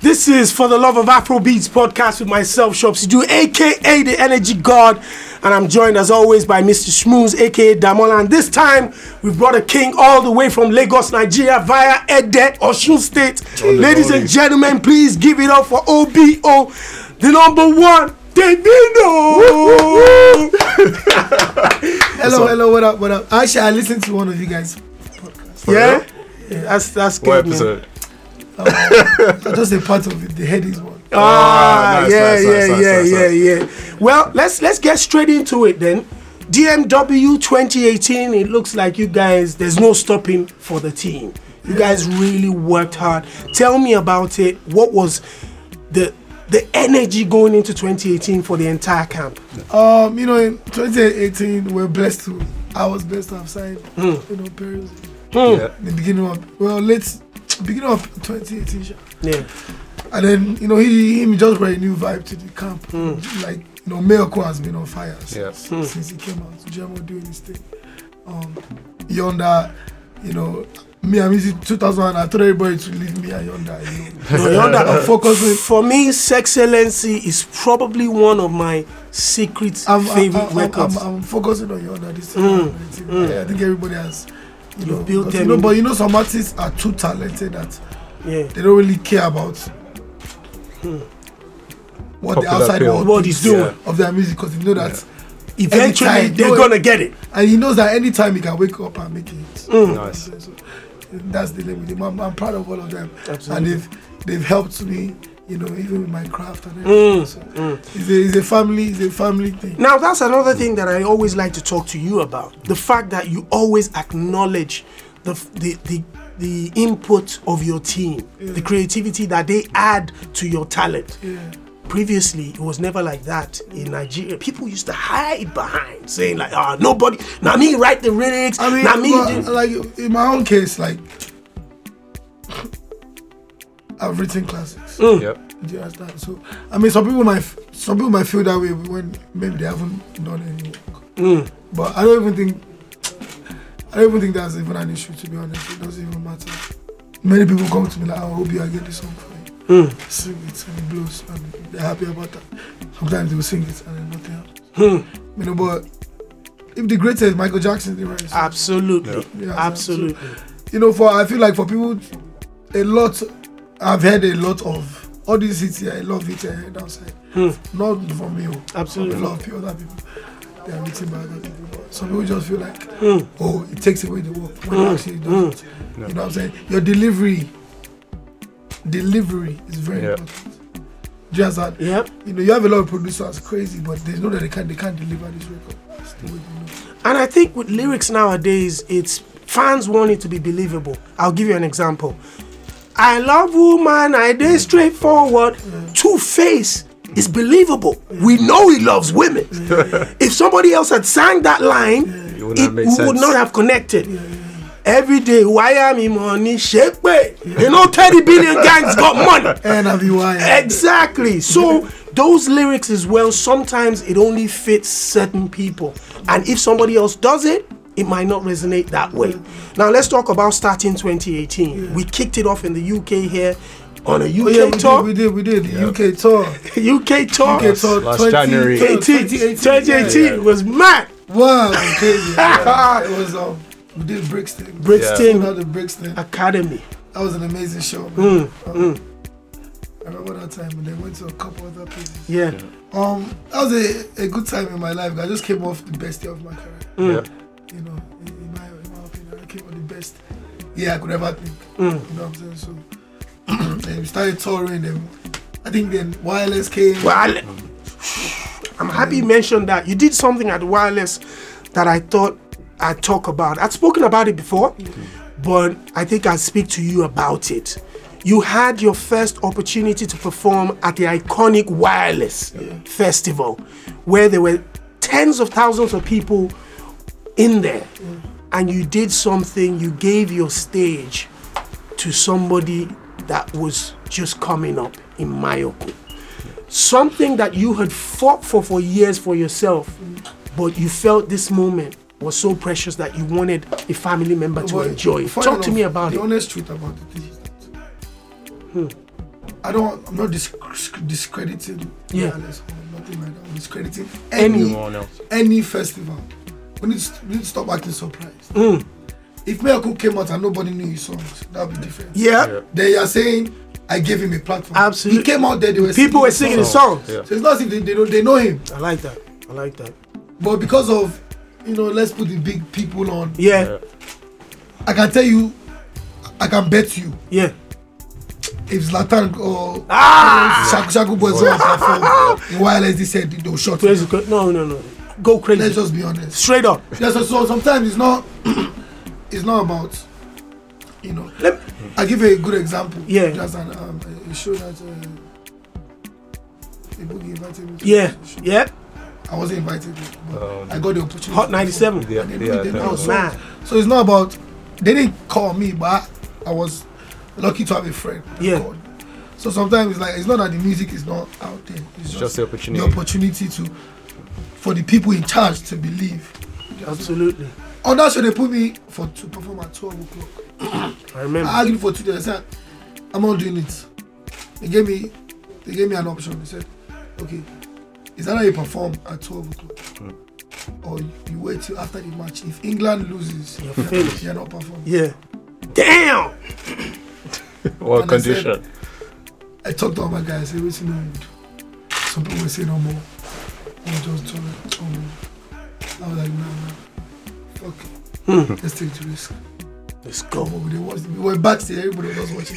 This is For the Love of Afro Beats podcast with myself, Shopsy Jew, aka the Energy God. And I'm joined as always by Mr. Schmooze, aka Damola. And this time we brought a king all the way from Lagos, Nigeria via Edet, Osun State. Ladies and gentlemen, please give it up for OBO, the number one, Davino. Hello, hello, what up, what up? Actually, I listened to one of you guys' podcast. yeah? yeah, that's that's good. What man. episode? Just a part of it, the head is one. Ah, nice, yeah, nice, yeah, nice, nice, yeah, nice, yeah, yeah. Well, let's let's get straight into it then. DMW 2018. It looks like you guys. There's no stopping for the team. You guys really worked hard. Tell me about it. What was the the energy going into 2018 for the entire camp? Um, you know, in 2018, we're blessed to. I was blessed to have signed, you know, Perez. Yeah. In the beginning of well, late beginning of 2018, sha. Yeah, and then you know he he just brought a new vibe to the camp. Like you know, Melko has been on fire since, Yeah. since he came out. Jemo doing his thing. Um, Yonda, you know, me I'm using 2000. I told everybody to leave me and Yonda. You know. No wonder I'm focusing. For me, Sexcellency is probably one of my secret I'm, I'm, favorite I'm, records. Mm, I'm, I'm focusing on your other this time. I think everybody has, you know, built but you them know, in. but you know, some artists are too talented that yeah. they don't really care about what Popular the outside appeal. world Hmm. What he's thinks doing. of their music because you know that Eventually, anytime- they're no, gonna get it. and he knows that anytime he can wake up and make it. Hmm. Nice. So, so that's the limit. I'm, I'm proud of all of them, Absolutely. and they've they've helped me. You know, even with my craft and Hmm. everything. So It's, a, it's a family. It's a family thing. Now, that's another thing that I always like to talk to you about the fact that you always acknowledge the, f- the, the, the input of your team, Mm. the creativity that they add to your talent. Yeah. Previously, it was never like that in Nigeria. People used to hide behind saying, like, ah, nobody, now me write the lyrics, I mean, now me. well, uh, do-" like in my own case, like I've written classics. Yep. Do you understand? So I mean, some people might f- some people might feel that way when maybe they haven't done any work. But I don't even think I don't even think that's even an issue. To be honest, it doesn't even matter. Many people come to me like, "Oh, Obi, I get this song for you." Sing it and it blows, and they're happy about that. Sometimes they will sing it and then nothing happens. You know, but if the greatest Michael Jackson, they write. a song. Absolutely. Yeah. Absolutely. you know, for I feel like for people, a lot, I've heard a lot of all these hits here. I love it here and outside. Not from me, oh, Hmm. Absolutely. From a lot of people, other people, they are written by other people. But some people just feel like, Hmm. oh, it takes away the work when it actually doesn't. You know what I'm saying? Your delivery, delivery is very Yeah. important. Do you understand? Yep. You know, you have a lot of producers crazy, but they know that they can't they can't deliver this record. That's the way they know. And I think with lyrics nowadays, it's fans want it to be believable. I'll give you an example. I love woman, I did straightforward. Two Face is believable. We know he loves women. if somebody else had sang that line, It would not it make would sense. not have connected. Every day, why am I money? Shape. You know, 30 billion gangs got money. And have you why? Exactly. So those lyrics as well, sometimes it only fits certain people. And if somebody else does it, it might not resonate that way. Now let's talk about starting 2018. We kicked it off in the UK here on a UK Oh yeah, we did, tour. we did, we did. The UK tour. UK tour. Okay, so last 20 January. 18, 2018 was mad. Wow, okay, yeah. it was um, we did Brixton. Ah. Brixton Not the Brixton. That Academy. was an amazing show. Man. Um, I remember that time, and then went to a couple other places. Yeah. Um, that was a, a good time in my life. I just came off the best year of my career. Yep. You know, in, in my in my opinion, I came off the best year I could ever think. You know what I'm saying? So, then we started touring. Then I think then Wireless came. Well, I- I'm happy you mentioned that. You did something at Wireless that I thought I'd talk about. I'd spoken about it before, but I think I'll speak to you about it. You had your first opportunity to perform at the iconic Wireless Festival, where there were tens of thousands of people in there, and you did something, you gave your stage to somebody that was just coming up in Mayoko something that you had fought for for years for yourself, but you felt this moment was so precious that you wanted a family member to But enjoy. it. Hmm. funny Talk to enough, me about the it. honest truth about it is that I don't. I'm not disc- discrediting. Yeah. wireless or Nothing like that. I'm discrediting any Anyone else? any festival. We need, to, we need to stop acting surprised. Mm. If Miracle came out and nobody knew his songs, that would be different. Yeah. Yeah. They are saying, I gave him a platform. Absolutely. He came out there, they were People were singing his his songs. Yeah. So it's not as if they, they, don't, they know him. I like that. I like that. But because of, you know, let's put the big people on, Yeah. I can tell you, I can bet you, Yeah. if Zlatan or Ah! Shaku Shaku Boys were on platform, wireless, they said they'll shut Crazy. him. cra- No, no, no. Go crazy. Let's just be honest. Straight up. Yeah, so, so sometimes it's not it's not about you know. Let- I give you a good example. Yeah. There's an um, a- a show that uh, a boogie invited me. To Yeah. a show. Yeah. I wasn't invited, but Um, I got the opportunity. Hot 97. They are, And they they do are it, they That terrible. was mad. So it's not about they didn't call me, but I was lucky to have a friend. that Yeah. called. So sometimes it's like it's not that the music is not out there. It's It's just the opportunity. the opportunity to for the people in charge to believe. Absolutely. On that show they put me for to perform at twelve o'clock. I remember. I argued for two days. I said, I'm not doing it. They gave me, they gave me an option. They said, okay, is that how you perform at 12 o'clock? Hmm. Or you, you wait till after the match. If England loses, You're you're, finished. you're not performing. yeah. Damn. What And I said- condition? I talked to all my guys. I said, waiting on Some people say no more. i just told them, oh no. I was like, nah, nah. Fuck it. Let's take the risk. Let's go. But they watched, we were backstage, everybody was watching.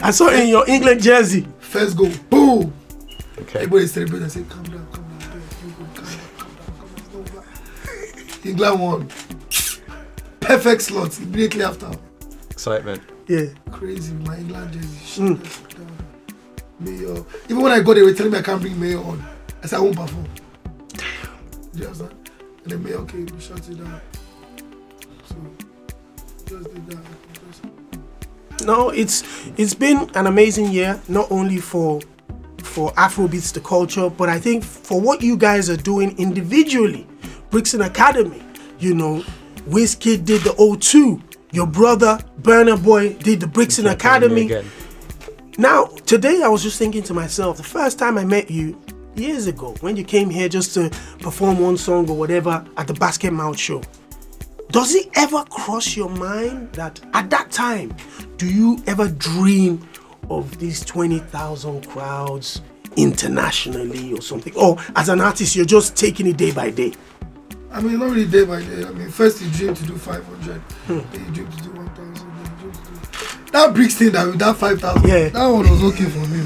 I saw in your England jersey. First goal, boom! Okay. Everybody celebrated. I said, calm down, calm down, bro. You go, calm down, calm down, calm down. Don't black." England won. Perfect slot immediately after. Excitement. Yeah. Crazy, my England jersey. Shit, that's Hmm. down. Mayo. Even when I got there, they were telling me I can't bring Mayo on. I said, I won't perform. Damn. You understand? And then Mayo came, he shut it down. So, just did that. Just- No, it's it's been an amazing year, not only for for Afrobeats the culture, but I think for what you guys are doing individually, Brixton Academy, you know, Wizkid did the O2, your brother Burner Boy did the Brixton Academy. Again. Now, today I was just thinking to myself, the first time I met you years ago, when you came here just to perform one song or whatever at the Basket Mouth show, does it ever cross your mind that at that time, do you ever dream of these 20,000 crowds internationally or something? Or as an artist, you're just taking it day by day? I mean, not really day by day. I mean, first you dream to do 500, Hmm. then you dream to do 1,000, then you dream to do. That bricks thing that with that 5,000, Yeah. that one was okay for me.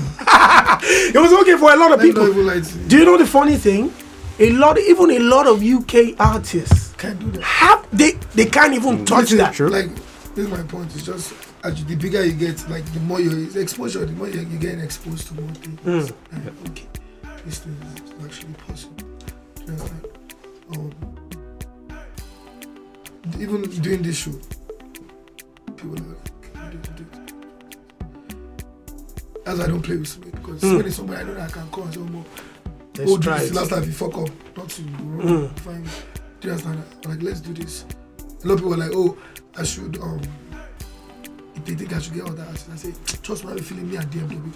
It was okay for a lot of Let me not people. even lie to you. Do you know the funny thing? A lot, even a lot of UK artists Can't do that. have they they can't even touch Listen, that. Like, this is my point. It's just as you- the bigger you get, like the more your exposure, the more you're, you're getting exposed to more things. Like, okay, this thing is actually possible. Do you understand? Um, even doing this show, people are like, "Can you do it, do it?" That's why I don't play with Smith because Smith is somebody I know that I can call and say, "Omo, Let's oh, do try this it. last time you fuck up, not to go Mm. fine. Do you understand? I'm like, let's do this. A lot of people are like, oh, I should um they think I should get all that ass. And I say, trust me, I'm feeling me at DMW.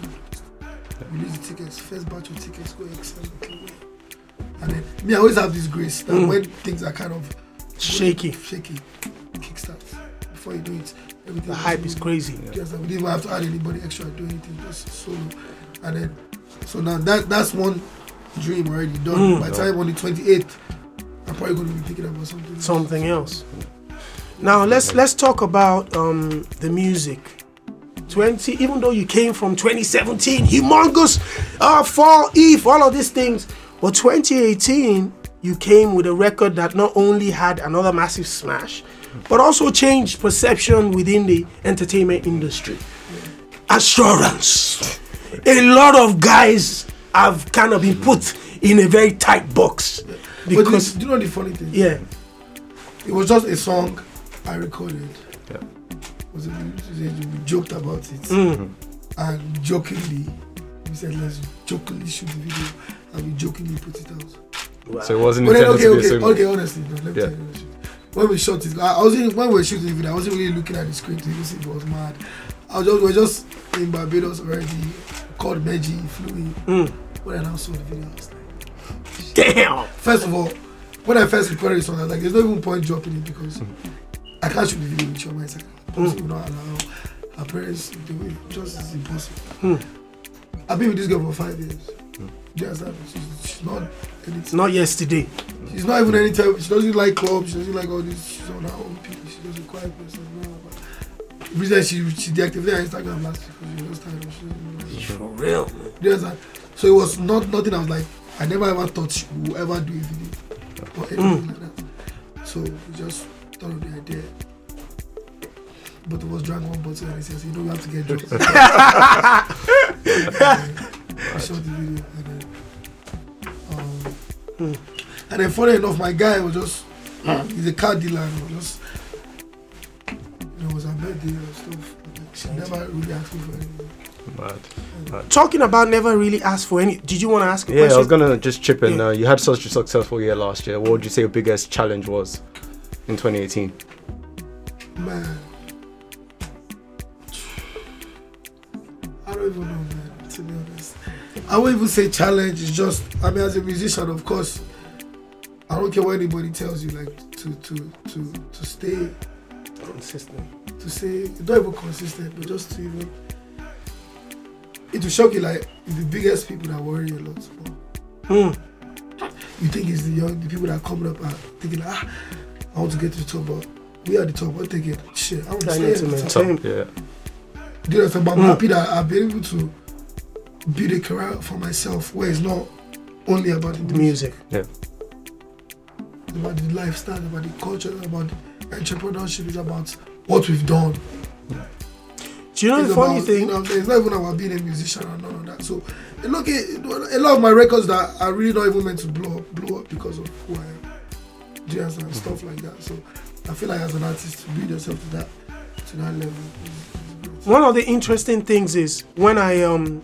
Release the tickets, first batch of tickets, go excel. okay, go." And then me, I always have this grace that Mm. when things are kind of Shaky. shaky, kickstarts. Before you do it, everything The is hype is moving. crazy. Just that we didn't even have to add anybody extra, do anything, just solo. And then, so now that that's one dream already done. Mm. By the time on the 28th, I'm probably going to be thinking about something. else. Something else. Now let's let's talk about um, the music. 20, even though you came from 2017, humongous, uh, fall, Eve, all of these things. But 2018, you came with a record that not only had another massive smash, but also changed perception within the entertainment industry. Assurance. A lot of guys have kind of been put in a very tight box But do you, because, do you know the funny thing? yeah, It was just a song I recorded. Yeah. It Was a, we joked about it. Hmm. And jokingly, we said, let's jokingly shoot the video. And we jokingly put it out. So it wasn't But then, intended okay, to be a okay, single. okay, honestly, no, let me Yeah. tell you honestly. When we shot it, I I wasn't when we were shooting the video, I wasn't really looking at the screen to even see if it was mad. I was just, we are just in Barbados already, called Meji, flew in. Mm. When I now saw the video, I was like, Damn. first of all, when I first recorded this song, I was like, there's no even point dropping it because Mm. I can't shoot the video with your mindset. It's not allow her parents to do it. Just it's impossible. Mm. I've been with this girl for five years. Yes, that- she's, she's not anything. It's not yesterday. She's not even any type. She doesn't like clubs. She doesn't like all this. She's on her own people. She doesn't quiet person. Blah, blah, blah. The reason she she deactivated her Instagram last week because she was tired. of- She doesn't know. For real. man. You understand? So it was not nothing. I was like, I never ever thought she would ever do a video or anything like that. So we just thought of the idea. But it was drank one bottle and he says, you know, we have to get drunk. And then we shot the video and then. Um, and then funny enough, my guy was just he's a car dealer and he was just it was her birthday and stuff. She never really asked me for anything. Mad. Talking about never really asked for any. Did you want to ask a Yeah, I was question? gonna just chip in. Yeah. Uh, you had such a successful year last year. What would you say your biggest challenge was in 2018? Man. I don't even know, man, to be honest. I won't even say challenge, it's just, I mean, as a musician, of course, I don't care what anybody tells you, like, to, to, to, to stay, Consistent. to say, not even consistent, but just to even, it will shock you, like, it's the biggest people that worry a lot, but Mm. you think it's the young, the people that are coming up are thinking, ah, I want to get to the top, but we are the top, I'm thinking, shit, I want to I stay need at to the top. maintain. Top, Same. yeah. Do you understand? But I'm Mm. happy that I've been able to build a career for myself where it's not only about the The music, music. it's about the lifestyle, about the culture, it's about entrepreneurship, it's about what we've done. Do you know it's the funny about, thing? you know, it's not even about being a musician or none of that. So, look, a lot of my records that are really not even meant to blow up, blow up because of who I am. Do you understand? Stuff like that. So, I feel like as an artist, to build yourself to that, to that level. One of the interesting things is when I um.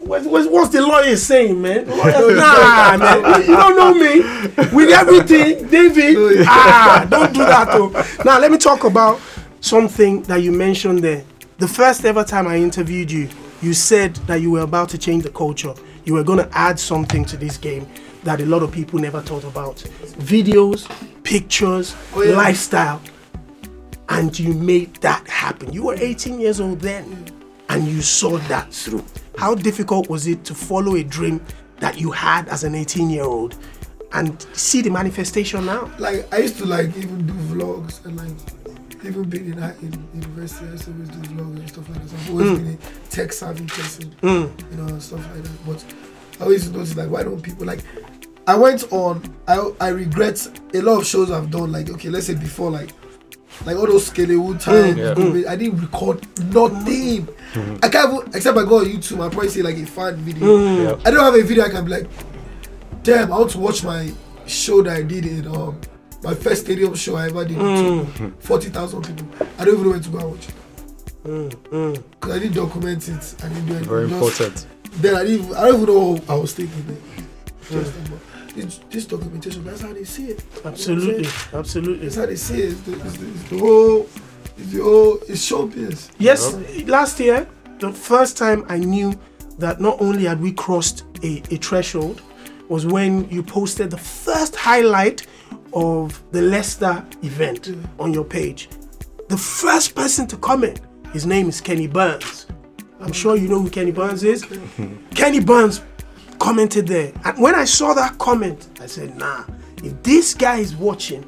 What, what, what's the lawyer saying, man? nah, man, you don't know me. With everything, David. ah, don't do that. Oh. Now let me talk about something that you mentioned there. The first ever time I interviewed you, you said that you were about to change the culture. You were going to add something to this game that a lot of people never thought about: videos, pictures, Oh, yeah. lifestyle and you made that happen. You were 18 years old then, and you saw that through. How difficult was it to follow a dream that you had as an 18 year old and see the manifestation now? like I used to like even do vlogs and like even being in, in university, I used to always do vlogs and stuff like that. So I've always been a tech savvy person, you know, and stuff like that. But I always notice like why don't people like I went on I I regret a lot of shows I've done, like okay, let's say before like like all those Skelewood times, Yeah. Gomez, I didn't record nothing. I can't even, except I go on YouTube. I probably say like a fan video. Mm. Yep. I don't have a video I can be like, damn, I want to watch my show that I did in um my first stadium show I ever did to forty thousand people. I don't even know where to go and watch it. Cause I didn't document it. I didn't do anything. Very Just- important. Then I didn't. I don't even know how I was thinking. Then. Just about this, this documentation. That's how they see it. Absolutely, absolutely. That's how they see it. It's the, it's the, it's the whole. It's the whole. It's showbiz. Yes, last year, the first time I knew that not only had we crossed a, a threshold was when you posted the first highlight of the Leicester event on your page. The first person to comment, his name is Kenny Burns. I'm sure you know who Kenny Burns is. Kenny Burns commented there. And when I saw that comment, I said, nah, if this guy is watching,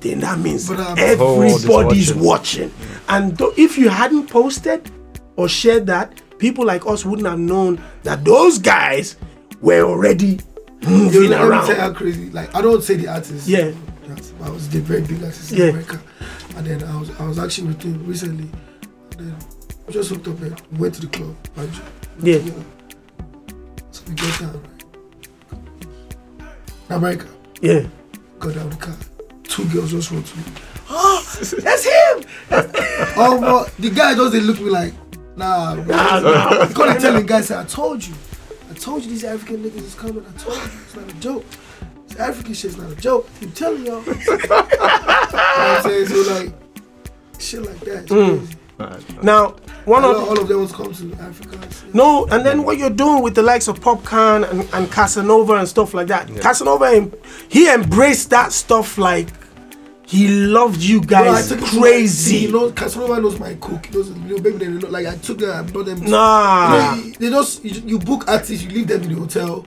then that means But, um, whole world is everybody's watching. watching. And tho- if you hadn't posted or shared that, people like us wouldn't have known that those guys were already moving let me tell around. you how crazy. Like I don't say the artist. Yeah. That's- I was the very big artist Yeah. in America, and then I was I was actually with him recently. And then we just hooked up and went to the club. And ju- Yeah. together. So we got down. Right? In America, Yeah. got down the car. Two girls just wrote to me. That's him! Oh, but the guy just they look me like, nah. Bro. Nah, nah. I gotta tell the guy, say, I told you, I told you these African niggas is coming. I told you, it's not a joke. This African shit's not a joke. I'm Hmm. telling y'all. you know what I'm saying? So like, shit like that. It's crazy. Uh, Now, one All, of all of them was come to Africa. I see. No, and then what you're doing with the likes of Popcorn and, and Casanova and stuff like that. Casanova, em- he embraced that stuff like he loved you Bro, I guys took it to my- crazy. You know, Casanova knows my cook. He knows, you know, baby, they know, like I took them, I brought them. to- nah, You know, you- they just you, you book artists, you leave them in the hotel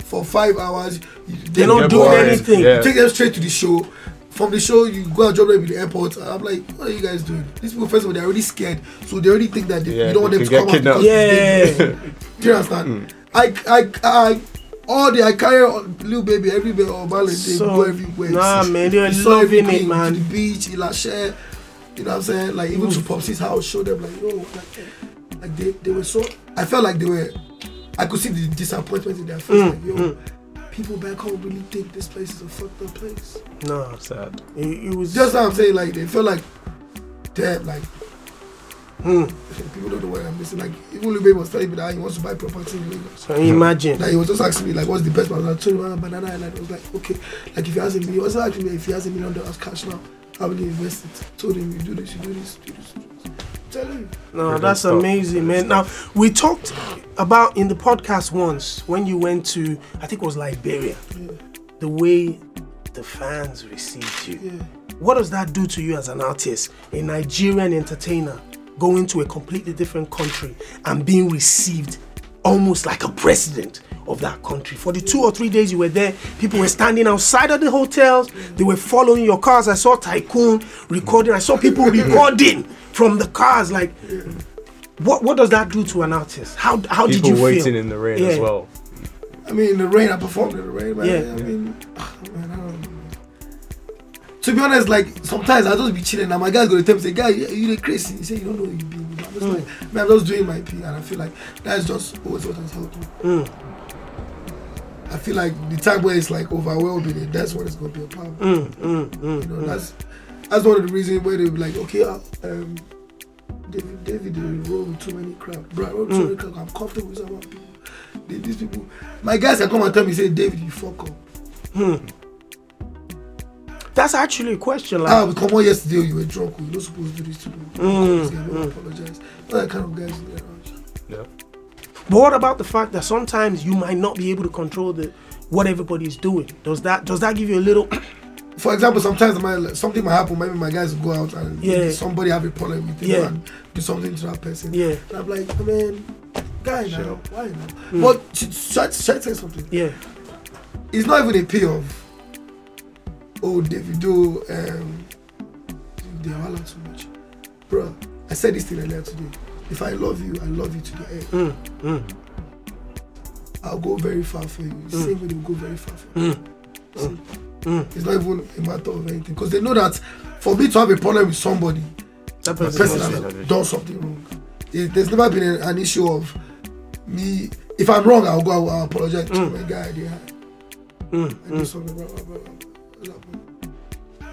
for five hours. you- they don't get do bored. anything. Yeah. You take them straight to the show. From the show, you go and drop them in the airport. I'm like, what are you guys doing? These people, first of all, they're already scared, so they already think that they, Yeah, you don't want they them to can come get out. kidnapped. because they- do you understand? Hmm. I, I, I, all day I carry on- little baby everywhere on Valentine's Day, So- go everywhere. nah, man, they were He saw loving everything, it, man. Hmm. To the beach, in Lachey, you know what I'm saying? Like even to Popsy's house, show them like, yo, like, like they, they were so. I felt like they were. I could see the disappointment in their face. Hmm, Like, yo, people back home really think this place is a fucked up place. nah. sad. It, it was Just what I'm saying, like they felt like, damn, like Mm. people don't know what I'm missing. Like even Lil Baby was telling me that he wants to buy property in Lagos. So imagine. Like he was just asking me like, what's the best one? I told him "Ah, Banana Island. I was like, okay. Like if he has a million, he was asking me if he has a million dollars cash now, how will he invest it? told him, you do this, you do this, do this, do this. Tell him. No, Brilliant that's stuff. amazing, man. Now we talked about in the podcast once when you went to I think it was Liberia, Yeah, the way the fans received you. yeah. What does that do to you as an artist, a Nigerian entertainer, going to a completely different country and being received almost like a president of that country? For the two or three days you were there, people were standing outside of the hotels, they were following your cars. I saw Tycoon recording, I saw people recording from the cars. Like, what, what does that do to an artist? How, how did People you waiting feel? in the rain Yeah. as well. I mean, in the rain, I performed in the rain, man. Yeah. I mean, ah, man, I don't know. To be honest, like sometimes I just be chilling. And my guy's gonna tell me, say, "Guy, you you dey crazy." He say, "You don't know who you be." I'm just like, man, I'm just doing my thing, and I feel like that's just always what has helped me. Mm. I feel like the time where it's like overwhelming, that's when it's gonna be a problem. Mm, mm, mm, You know, mm. that's that's one of the reasons where they be like, okay, uh, um, David, David, they roll with too many crowd, bro. I roll with too many crowd. I'm comfortable with some of people. They- These people, my guys can come and tell me, say, David, you fuck up. That's actually a question. Oh, Like, Ah, we come on yesterday, you were drunk. You're not supposed to do this to me. Mm, Say, I don't apologize. Not that kind of guys. in the around. Yeah. But what about the fact that sometimes you might not be able to control the what everybody's doing? Does that does that give you a little? For example, sometimes my, something might happen. Maybe my guys will go out and Yeah. somebody have a problem with them Yeah. and do something to that person. Yeah. And I'm like, man, guy, Shut now, up. why now? But should, should, I, should I say something? Yeah, it's not even a payoff. Oh, Davido, um, they holler too much. Bro, I said this thing earlier today. If I love you, I love you to the end. mm, mm, I'll go very far for you. The Same way they'll go very far for you. mm, mm. It's not even a matter of anything. Because they know that for me to have a problem with somebody, That the person person was- not has done something wrong. There- There's never been an- an issue of me. If I'm wrong, I'll go. I'll, I'll apologize to my guy. They had. Mm, I do something. Blah, blah, blah, blah, blah, blah.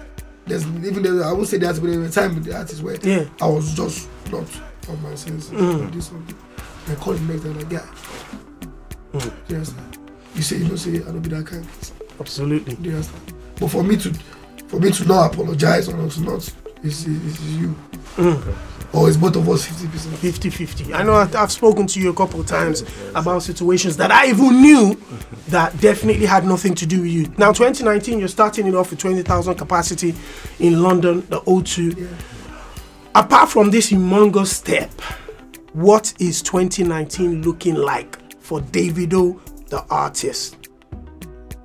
There's even though I won't say that, but there were time with the artist where Yeah. I was just not on my senses. I did something. I called him next day like, yeah. Do you understand? You say you don't say I don't be that kind. of person. absolutely. Do you understand? But for me to, for me to not apologize or not, to not, it's, it's you Mm. or it's both of us fifty percent. 50-50. I know I've, I've spoken to you a couple of times about situations that I even knew that definitely had nothing to do with you. Now, 2019, you're starting it off with 20,000 capacity in London, the O2. Yeah. Apart from this humongous step, what is 2019 looking like for Davido, the artist?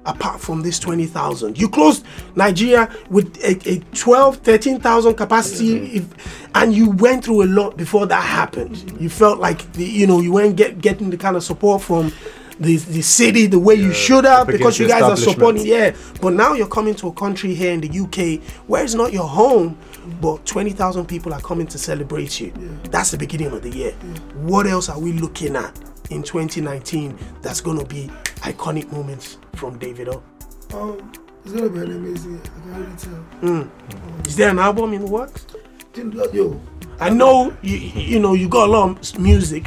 Apart from this 20,000, you closed Nigeria with a, a 12, 13,000 capacity, Mm-hmm. if, and you went through a lot before that happened. Mm-hmm. You felt like the, you know you weren't get, getting the kind of support from the, the city the way you should have up against because you the guys are establishment. supporting yeah, but now you're coming to a country here in the UK where it's not your home, but 20,000 people are coming to celebrate you. That's the beginning of the year. What else are we looking at in 2019 that's going to be iconic moments from David O? Um, it's gonna be an amazing. year. I can already tell. Is there an album in the works? Dude, look, Yo, I know you, you know you got a lot of s- music,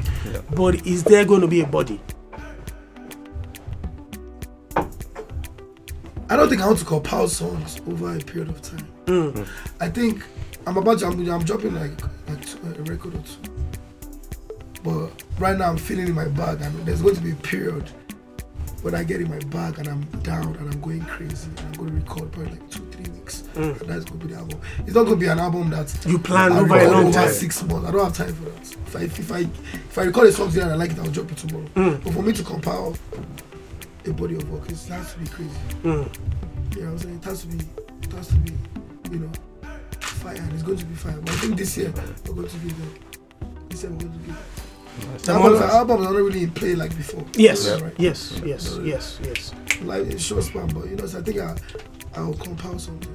but is there going to be a body? I don't think I want to compile songs over a period of time. I think I'm about to, I'm, I'm dropping like, like t- a record or two. But right now I'm feeling in my bag, and there's going to be a period when I get in my bag and I'm down and I'm going crazy and I'm going to record probably like two, three weeks. And that's going to be the album. It's not going to be an album that You plan I over a record long over time. Six months. I don't have time for that. If I if I if I record a song today and I like it, I'll drop it tomorrow. Mm. But for me to compile a body of work, it's- it has to be crazy. Mm. You know what I'm saying? It has to be, it has to be, you know, fire. And it's going to be fire. But I think this year we're going to be there. This year we're going to be there. The Albums, moment- albums are not really in play like before. Yes, Yeah, right. yes, yes, yes, yes. Like in short span, but you know, so I think I I will compile something.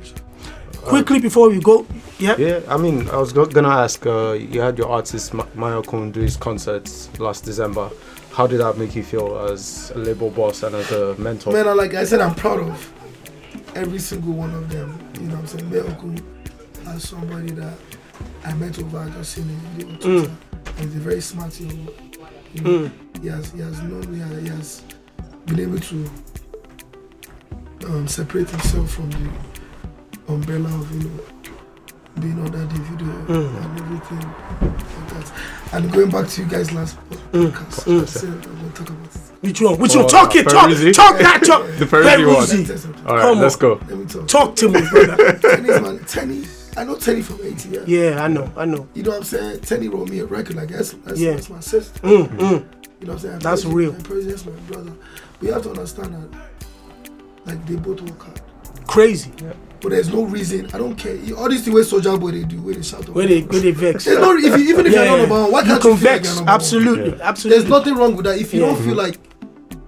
Quickly before we go, yeah. Yeah, I mean, I was go- gonna ask. Uh, you had your artist Ma- Maya Kun do his concerts last December. How did that make you feel as a label boss and as a mentor? Man, I, like I said, I'm proud of every single one of them. You know what I'm saying? Meoku as somebody that I met over, I just seen his video on Twitter. He's a very smart young man. You know, Mm. he, has, he has known, he has, he has been able to um, separate himself from the umbrella of, you know, being under the video and everything like that. And going back to you guys last podcast, I said I'm going to talk about it. Which one? Which Oh, one? Talk it, talk, Peruzzi? talk that, talk. The Peruzzi one. Peruzzi. Tell something. All right, Come let's on. go. Let me talk. Talk to me, brother. Tenny's man, Tenny. I know Tenny from ATL. yeah, I know, I know. You know what I'm saying? Tenny wrote me a record like that's that's, Yeah. that's my sister. Mm, mm. You know what I'm saying? I That's praise him. real. I praise him, That's my brother. We have to understand that like they both work hard. Crazy. But there's no reason. I don't care. All these things Soldier Boy they do, where they shout. Where Where they, where they vex. There's no, if you, even if you're not number one, why you can't you feel like convex. you're number one? absolutely, absolutely. There's nothing wrong with that. If you Yeah. Mm. don't feel like,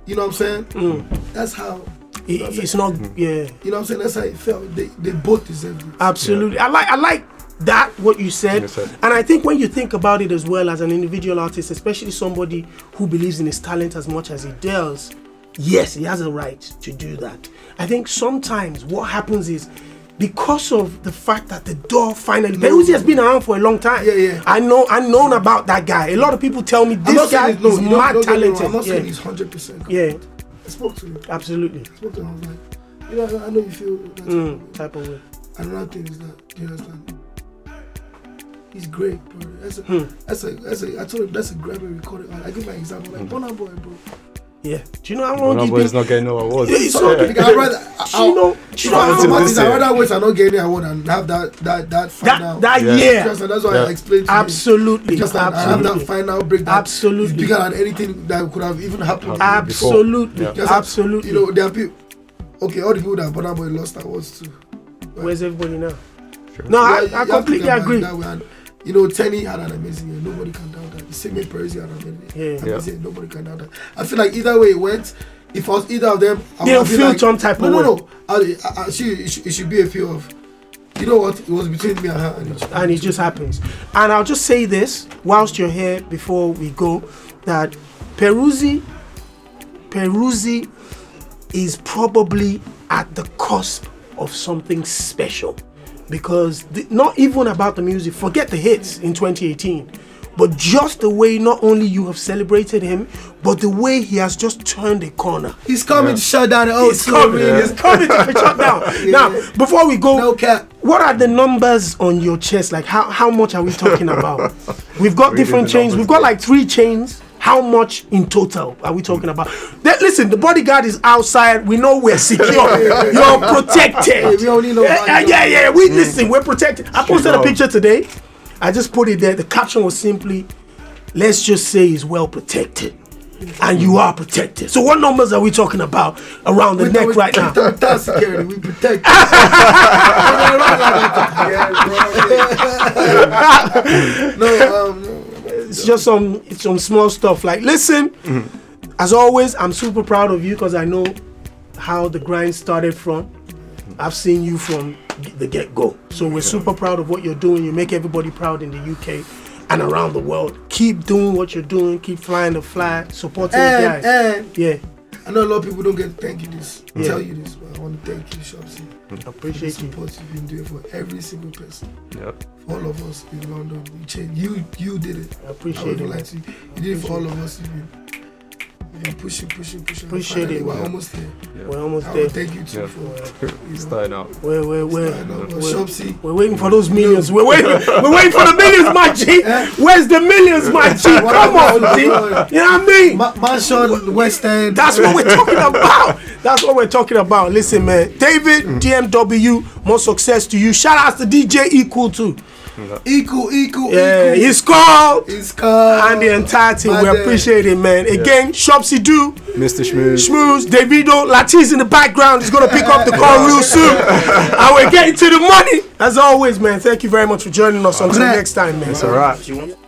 you know what I'm saying? That's how. It- it's not. Yeah, You know what I'm saying? That's how it felt. They, they both deserve it. absolutely. I like, I like that what you said, Yes, sir. and I think when you think about it as well as an individual artist, especially somebody who believes in his talent as much as he does, yes, he has a right to do that. I think sometimes what happens is. Because of the fact that the door finally, Peruzzi has been around for a long time. Yeah, yeah. I know, I known about that guy. A lot of people tell me I'm this not guy saying it's- no, is you don't- mad don't get me wrong. talented. I'm not saying yeah. he's 100%. yeah, I spoke to him. absolutely. spoke to him. I was like, you know, I know you feel that. Mm, type of way. Another thing is that, do you understand? He's great, bro. That's a, Hmm. that's a, that's a, I told him that's a Grammy recording. I, I give my example, like Mm-hmm. Bonner Boy, bro. Yeah. Do you know how long Burna he's Boy been? is not getting no awards. Yeah, he's So, not- like, I'd rather, I, do you know? Do you know I'll- how I'll- much I'll- is I, I, I rather wait and not get any award and have that, that, that that final. that Yeah. Do you year? understand? that's why I Yeah. explained to him. Absolutely. Because I, I have that Absolutely. final break that is Absolutely. bigger than anything that could have even happened. Ab- Absolutely. Yeah. Just- Absolutely. You know, there are people. Okay, all the people that Bonner Boy lost awards to. Where's everybody now? No, I, I you have to completely look at it agree. that way. And, you know, Tenny had an amazing year. Nobody can doubt that. The same way Peruzzi had an amazing Yeah. Yeah. amazing year. Nobody can doubt that. I feel like either way it went, if I was either of them, I They'll would feel feel like, some type no, of no, way. no. I, I, I, she, it, should, it should be a feel of, you know what? It was between me and her. And, it, and it just happens. And I'll just say this whilst you're here before we go that Peruzzi Peruzzi is probably at the cusp of something special because the, not even about the music forget the hits in 2018 but just the way not only you have celebrated him but the way he has just turned a corner He's coming to shut Oh, down the old it's coming. It's coming to be shut down. Now, before we go, No cap. what are the numbers on your chest? Like, how, how much are we talking about? We've got different the chains. We've numbers, got bro. like three chains. How much in total are we talking about? That- listen, the bodyguard is outside. We know we're secure. You're protected. we only know yeah, one yeah, you. yeah, yeah. We listen. We're protected. I posted a up. picture today. I just put it there. The caption was simply, "Let's just say he's well protected." And you are protected. So, what numbers are we talking about around the neck right now? That's security. We protect. Yeah, bro. no, um, no. it's just some it's some small stuff. Like, listen, as always, I'm super proud of you because I know how the grind started from. I've seen you from the get go. So we're super proud of what you're doing. You make everybody proud in the UK and around the world. Keep doing what you're doing. Keep flying the flag. Supporting the guys. And, and yeah, I know a lot of people don't get to thank you this, Yeah. tell you this, but I want to thank you, Shopsy, for the appreciate you. support you've been doing for every single person, Yeah. for all of us in London. You changed, you you did it. I I appreciate wouldn't you. lie to you. You did it for all of us. You, You're pushing, pushing, pushing. Appreciate Finally, it, We're man. almost there. We're almost I there. would thank you too Yeah. for you know, Starting out. We're, we're, I we're, know, but Well- Shopsy, we're waiting for those millions. We're waiting, we're waiting for the millions, my G. Where's the millions, my G? What Come on, about G. You know the- what I mean? Ma- Mansion, West End. That's what we're talking about. That's what we're talking about. Listen, man. David, DMW, more success to you. Shout out to DJ Equal too. equal, equal, Yeah, equal. he's called It's called. and the entire team. We Madden. appreciate it, man. Again, Shopsy Do, Mr. Schmooze. Schmooze, Davido, Latiz in the background is gonna pick up the call real soon. and we're getting to the money. As always, man, thank you very much for joining us. Until Alright. next time, man. It's alright. She wants